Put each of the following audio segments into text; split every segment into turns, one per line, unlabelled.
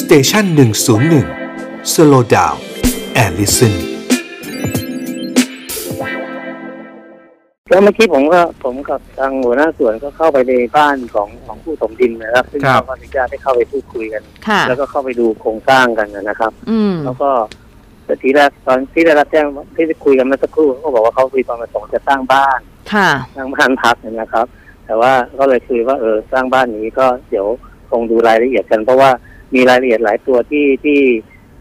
สเตชันหนึ่งศูนย์หนึ่งสโลดาวแอลลิสัน
แล้วเมื่อกี้ผมก็ผมกับทางหัวหน้าส่วนก็เข้าไปในบ้านของของผู้สมดินนะครับซึ่ง
ครับ
เขาก็อนุญาตให้เข้าไปพูดคุยกัน
ค่ะ
แล้วก็เข้าไปดูโครงสร้างกันนะครับ
อืม
แล้วก็แต่ทีแรกตอนที่ได้รับแจ้งที่จะคุยกันเมื่อสักครู่เขาก็บอกว่าเขาคุยตอนประสงค์จะสร้างบ้าน
ค่ะ
สร้างบ้านพักนะครับ แต่ว่าก็เลยคุยว่าเออสร้างบ้านนี้ก็เดี๋ยวคงดูรายละเอียดกัน เพราะว่ามีรายละเอียดหลายตัวที่ที่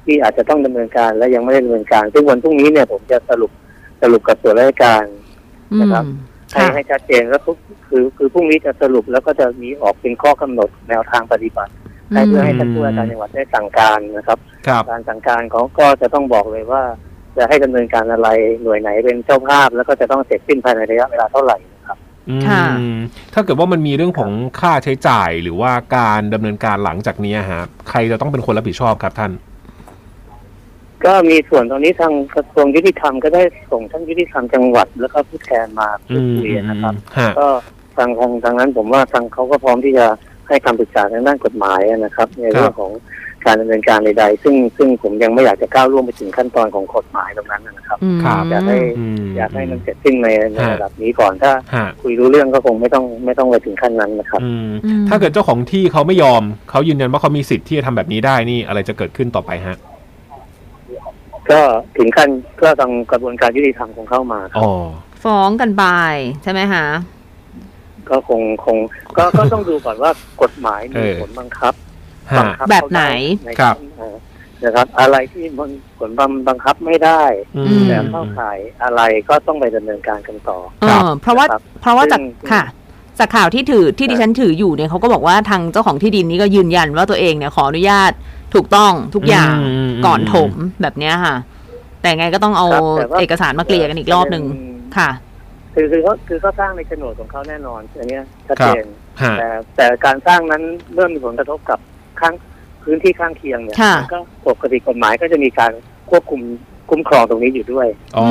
ที่อาจจะต้องดำเนินการและยังไม่ได้ดำเนินการซึ่งวันพรุ่งนี้เนี่ยผมจะสรุปสรุปกับส่วนราชการ
อืม
นะครับ ให้
ค่ะ
ให้ชัดเจนแล้วทุกคือคือพรุ่งนี้จะสรุปแล้วก็จะมีออกเป็นข้อกำหนดแนวทางปฏิบัติให้เพื่อให้ท่านผู้ว่าการจังหวัดได้สั่งการนะครับ
ครับ
การสั่งการเขาก็จะต้องบอกเลยว่า จะให้ดำเนินการอะไรหน่วยไหนเป็นเจ้าภาพ แล้วก็จะต้องเสร็จสิ้นภายในระยะเวลาเท่าไหร่นะครับ
อืม
ค่ะ
ถ้าเกิดว่ามันมีเรื่องของค่าใช้จ่ายหรือว่าการดำเนินการหลังจากนี้ฮะใครจะต้องเป็นคนรับผิดชอบครับท่าน
ก็มีส่วนตรงนี้ทางกระทรวงยุติธรรมก็ได้ส่งท่านยุติธรรมจังหวัด แล้วก็ผู้แทนมาพู
อื
ด
ม
คุยนะครับ
ฮะ
ก็ทางทางทางนั้นผมว่าทางเขาก็พร้อมที่จะให้คำปรึกษาทางด้านกฎหมายนะครับ ในเรื่องของการดำเนินการใดๆซึ่งซึ่งผมยังไม่อยากจะก้าวล่วงไปถึงขั้นตอนของกฎหมายตรงนั้นนะครับ
อืม
อยากให้
ม
อยากให้มันเสร็จสิ้นในใน
ฮะ
ระดับนี้ก่อนถ้า
ฮะ
คุยรู้เรื่องก็คงไม่ต้องไม่ต้องไปถึงขั้นนั้นนะครับ
อืม
อืม
ถ้าเกิดเจ้าของที่เขาไม่ยอมเขายืนยันว่าเขามีสิทธิ์ที่จะทำแบบนี้ได้นี่อะไรจะเกิดขึ้นต่อไปฮะ
ก็ถึงขั้นก็ต้องกระบวนการยุติธรรมคงเข้ามาครับ
อ๋อ
ฟ้องกันไปใช่ไหมคะ
ก็คงคงก็ก็ต้องดูก่อนว่ากฎหมายมี
เออ
ผลบังคับ
ฮะ
บังคับ
แบบไหน
เข้าด้
ครับ
เอ่อนะครับ อะไรที่มันผลบังบังคับไม่ได้
อืม
แต่เข้าข่ายอะไรก็ต้องไปดำเนินการกันต่อ
เอ
ครับ
อเพราะว่า
ครับ
เพราะว่าจาก
ซึ่ง
ค่ะ จากข่าวที่ถือที่ดิฉันถืออยู่เนี่ยเขาก็บอกว่าทางเจ้าของที่ดินนี้ก็ยืนยันว่าตัวเองเนี่ยขออนุญาตถูกต้องทุกอย่าง
อืม
ก่อนถมแบบเนี้ยค่ะ แต่ไงก็ต้องเอา
ครับแต่ว่
เอกสารมาเกลี่ยกันอีกรอบหนึ่งค่ะ
คือคือเขาคือเขาสร้างในโฉนดของเขาแน่นอนอันเนี้ยชัดเจน
ฮะ
แต่แต่การสร้างนั้นเริ่มมีผลกระทบกับข้างพื้นที่ข้างเคียงเนี่ย
ค่ะ
มันก็ปกติกฎหมายก็จะมีการควบคุมคุ้มครองตรงนี้อยู่ด้วย
อ๋อ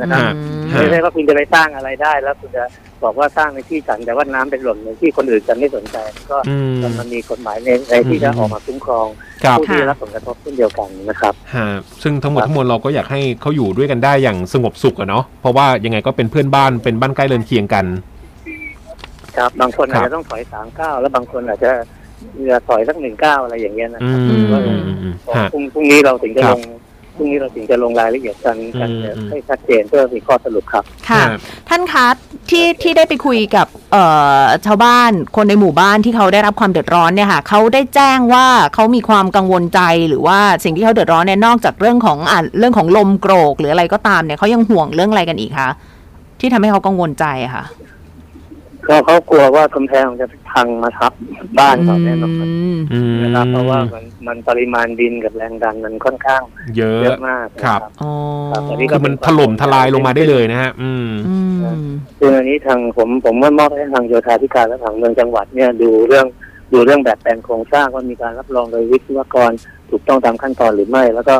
นะครับ
อืม
ฮะ
ไม่ใช่ว่าคุณจะไปสร้างอะไรได้ แล้วคุณจะบอกว่าสร้างในที่ฉันแต่ว่าน้ำเป็นหล่นในที่คนอื่นจะไม่สนใจก็
อืม
มันมีกฎหมายในในที่จะ
อืม
ออกมาคุ้มครอง
ครับ
ผู้ที่ได้รับผลกระทบเช่นเดียวกันนะครับ
ฮะซึ่งทั้งหมด
ครับ
ทั้งมวลเราก็อยากให้เขาอยู่ด้วยกันได้อย่างสงบสุขอะเนาะเพราะว่ายังไงก็เป็นเพื่อนบ้านเป็นบ้านใกล้เรือนเคียงกัน
ครับ บางคน
ค
อา
รั
จ
บ
จะต้องถอยสามก้าวแล้วบางคนอาจจะจะถอยสักหนึ่งก้าวอะไรอย่างเงี้ยนะ
อื
ครับ
ม
ก็เลย
อืมอืมฮะ
พรุ่งพรุ่งนี้เราถึงจะ
ครั
ล
บ
งพรุ่งนี้เราถึงจะลงรายละเอียดกันกัน
อืม
เนี่ยให้ชัดเจนเพื่อมีข้อสรุปครับ
ค่ะ
ฮะ
ท่านคะที่ที่ได้ไปคุยกับเอ่อชาวบ้านคนในหมู่บ้านที่เขาได้รับความเดือดร้อนเนี่ยค่ะเขาได้แจ้งว่าเขามีความกังวลใจหรือว่าสิ่งที่เขาเดือดร้อนเนี่ยนอกจากเรื่องของอ่าเรื่องของลมโกรก หรืออะไรก็ตามเนี่ยเขายังห่วงเรื่องอะไรกันอีกคะที่ทำให้เขากังวลใจอะค่ะ
ก็เขากลัวว่ากำแพงจะพังมาทับบ้านเขาแน่นอน
อืม
อืม
นะครับเพราะว่ามันมันปริมาณดินกับแรงดันมันค่อนข้าง
เยอะ
เยอะมากนะ
ครับ
อ๋อ
ครับอันนี้ก็
คือมันถล่มทลายลงมาได้เลยนะฮะ อืม
อืม
ซึ่งอันนี้ทางผมผมว่ามอบให้ทางโยธาธิการและทางเมืองจังหวัดเนี่ยดูเรื่องดูเรื่องแบบแปลนโครงสร้างว่ามีการรับรองโดยวิศวกรถูกต้องตามขั้นตอนหรือไม่ แล้วก็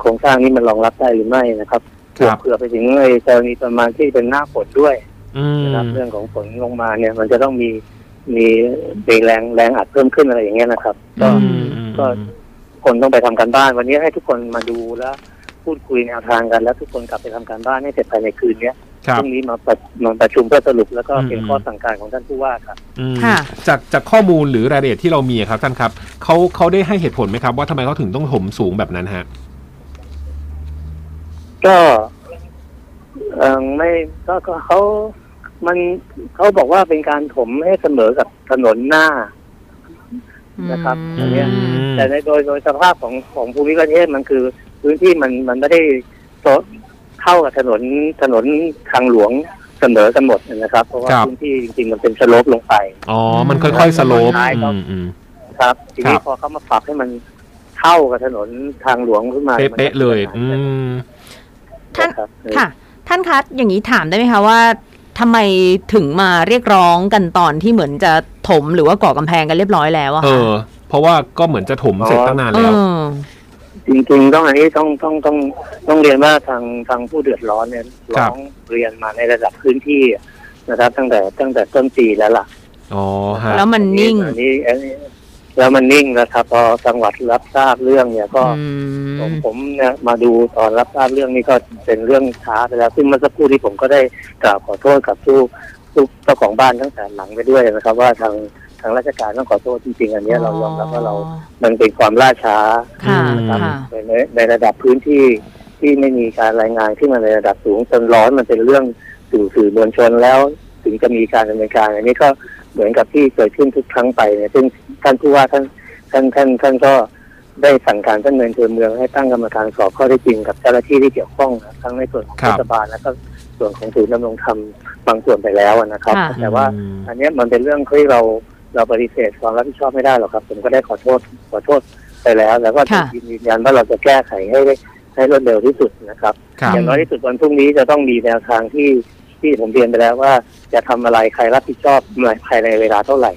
โครงสร้างนี้มันรองรับได้หรือไม่นะครับ
ครับ
เผื่อไปถึงในกรณีประมาณที่เป็นหน้าฝนด้วย
อืม
นะครับเรื่องของฝนลงมาเนี่ยมันจะต้องมีมีมีแรงแรงอัดเพิ่มขึ้นอะไรอย่างเงี้ยนะครับ ก็
อืม
ก็ คนต้องไปทำการบ้าน วันนี้ให้ทุกคนมาดูแล้วพูดคุยแนวทางกัน แล้วทุกคนกลับไปทำการบ้านให้เสร็จภายในคืนเนี้ย
ครั
พ
บ
รุ่งนี้มาประมาประชุมเพื่อสรุปแล้วก็
อืม
เป็นข้อสั่งการของท่านผู้ว่าครับ
อืม
ค่ะ
จากจากข้อมูลหรือรายละเอียดที่เรามีครับท่านครับเขาเขาได้ให้เหตุผลไหมครับว่าทำไมเขาถึงต้องถมสูงแบบนั้นฮะ
ก็เออไม่ก็ก็เขามันเขาบอกว่าเป็นการถมให้เสมอกับถนนหน้า นะครับ
อืม
เนี่ย แต่ในโดยโดยสภาพของของภูมิประเทศมันคือ พื้นที่มันมันไม่ได้โซเข้ากับถนนถนนทางหลวงเสมอกันหมดนะครับ เพราะว่า
ครับ
พื้นที่จริงๆมันเป็นสโลปลงไป
อ๋อ มันค่อยๆสโลป
ท้ายก็
อืมอืม
ครับ ทีนี้
ครับ
พอเขามาปรับให้มันเท่ากับถนนทางหลวงขึ้นมา
เป๊ะๆเลย อืม
ท่าน
ครับ
ค่ะ ท่านคะอย่างนี้ถามได้ไหมคะว่าทำไมถึงมาเรียกร้องกันตอนที่เหมือนจะถมหรือว่าก่อกำแพงกันเรียบร้อยแล้วอะ
เอ
ค่ะ
อ เพราะว่าก็เหมือนจะถมเสร็จตั้งนาน
เอ
แล้ว
อ
จริงๆต้องอันนี้ต้องต้องต้องต้องเรียนว่าทางทางผู้เดือดร้อนเนี่ย
ครั
ร้
บ
องเรียนมาในระดับพื้นที่นะครับ ตั้งแต่ตั้งแต่ต้นปีแล้วล่ะ
อ๋อฮะ
แล้วมันนิ่ง
อันนี้อันนี้ แล้วมันนิ่งนะครับ พอจังหวัดรับทราบเรื่องเนี่ยก็
อืม
ผมผมเนี่ยมาดูตอนรับทราบเรื่องนี้ก็เป็นเรื่องช้าไปแล้ว ซึ่งเมื่อสักครู่ที่ผมก็ได้กล่าวขอโทษกับผู้ผู้เจ้าของบ้านทั้งสามหลังไปด้วยนะครับ ว่าทางทางราชการต้องขอโทษจริงๆอันเนี้ยเรายอมรับว่าเรา มันเป็นความล่าช้า
ค่ะ
อืม
ค่ะ
ในในในระดับพื้นที่ที่ไม่มีการรายงานขึ้นมาในระดับสูงจนร้อนมันเป็นเรื่องสื่อสื่อมวลชนแล้ว ถึงจะมีการดำเนินการ อันนี้ก็เหมือนกับที่เกิดขึ้นทุกครั้งไปเนี่ยซึ่งท่านผู้ว่าท่านท่านท่านท่านก็ได้สั่งการท่านเมืองเธอเมืองให้ตั้งกรรมการสอบข้อเท็จจริงกับเจ้าหน้าที่ที่เกี่ยวข้องนะทั้งในส่วนของ
ครั
เท
บ
ศบาลแล้วก็ส่วนของศูนย์ดำรงธรรมบางส่วนไปแล้วอะนะครับ
ค่ะ
แต่ว่า
อืม
อันเนี้ยมันเป็นเรื่องที่เราเราปฏิเสธความรับผิดชอบไม่ได้หรอกครับ ผมก็ได้ขอโทษขอโทษไปแล้ว แล้วก็
ค่ะ
ยืนยืนยันว่าเราจะแก้ไขให้ได้ให้รวดเร็วที่สุดนะครับ
ครับ
อย่างน้อยที่สุดวันพรุ่งนี้จะต้องมีแนวทางที่ที่ผมเรียนไปแล้วว่า จะทำอะไรใครรับผิดชอบเมื่อภายในเวลาเท่าไหร่